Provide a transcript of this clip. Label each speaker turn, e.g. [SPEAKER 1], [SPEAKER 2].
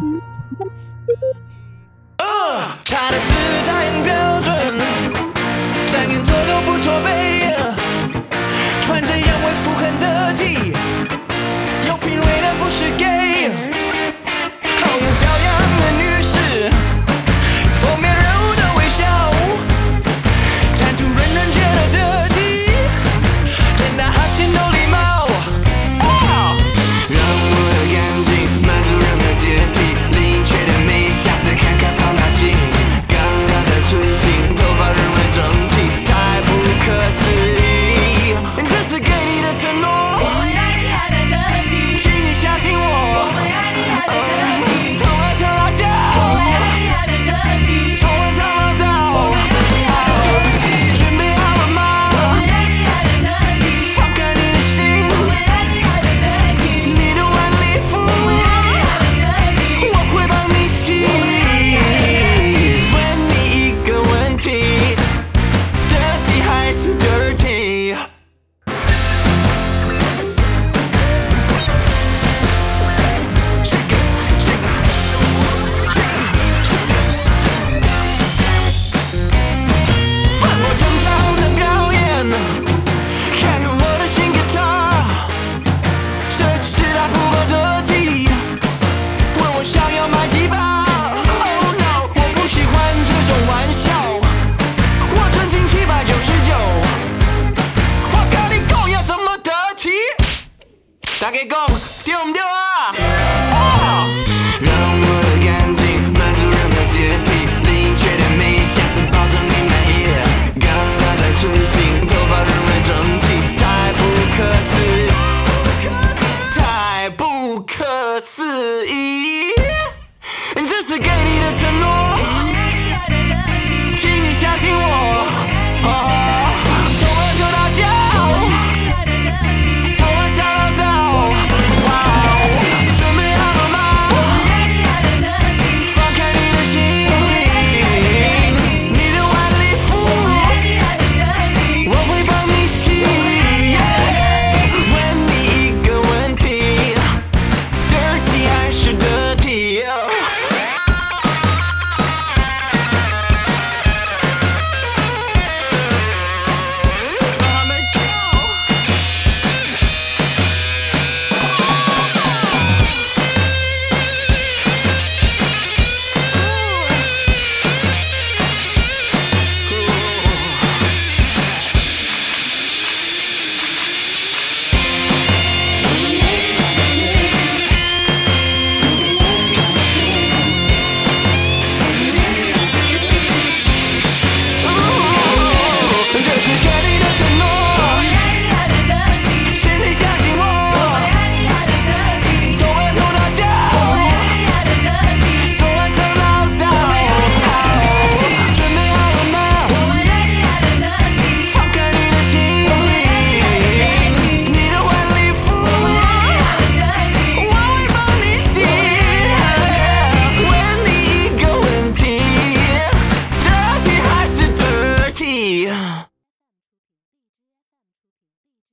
[SPEAKER 1] 嗯他的姿态很标准，展颜做都不驼背，穿着洋味符很得体，有品味的不是 gay，好有教养的女士，封面人物的微笑，谈吐让人觉得得体，连打哈欠都礼貌。哇
[SPEAKER 2] 让我的干净满足人的洁癖，灵却的美，下次看看放大镜。刚刚的粗心，头发仍然整齐，太不可思议。
[SPEAKER 1] 这是给你的承诺，
[SPEAKER 3] 我会爱你爱的得体，
[SPEAKER 1] 请你相信我
[SPEAKER 3] 我。会爱你爱的得体，
[SPEAKER 1] 从来特辣椒，
[SPEAKER 3] 我会爱你爱的得体，
[SPEAKER 1] 从来上老早，准备好了
[SPEAKER 3] 我
[SPEAKER 1] 吗？
[SPEAKER 3] 会爱你爱的得体，
[SPEAKER 1] 放开你的心，
[SPEAKER 3] 我会爱你爱的得体，
[SPEAKER 1] 你的晚礼服，
[SPEAKER 3] 我会爱你爱的得体。
[SPEAKER 1] 我会帮你洗。
[SPEAKER 2] 问你一个问题，dirty 还是 dirty？
[SPEAKER 1] 我登场的表演，看看我的新吉他，这只是它不够得体，问我想要买几把？Oh no，我不喜欢这种玩笑，我纯情七百九十九，我跟你讲要怎么得体？大家讲对不对？啊啊哦 Oh, oh.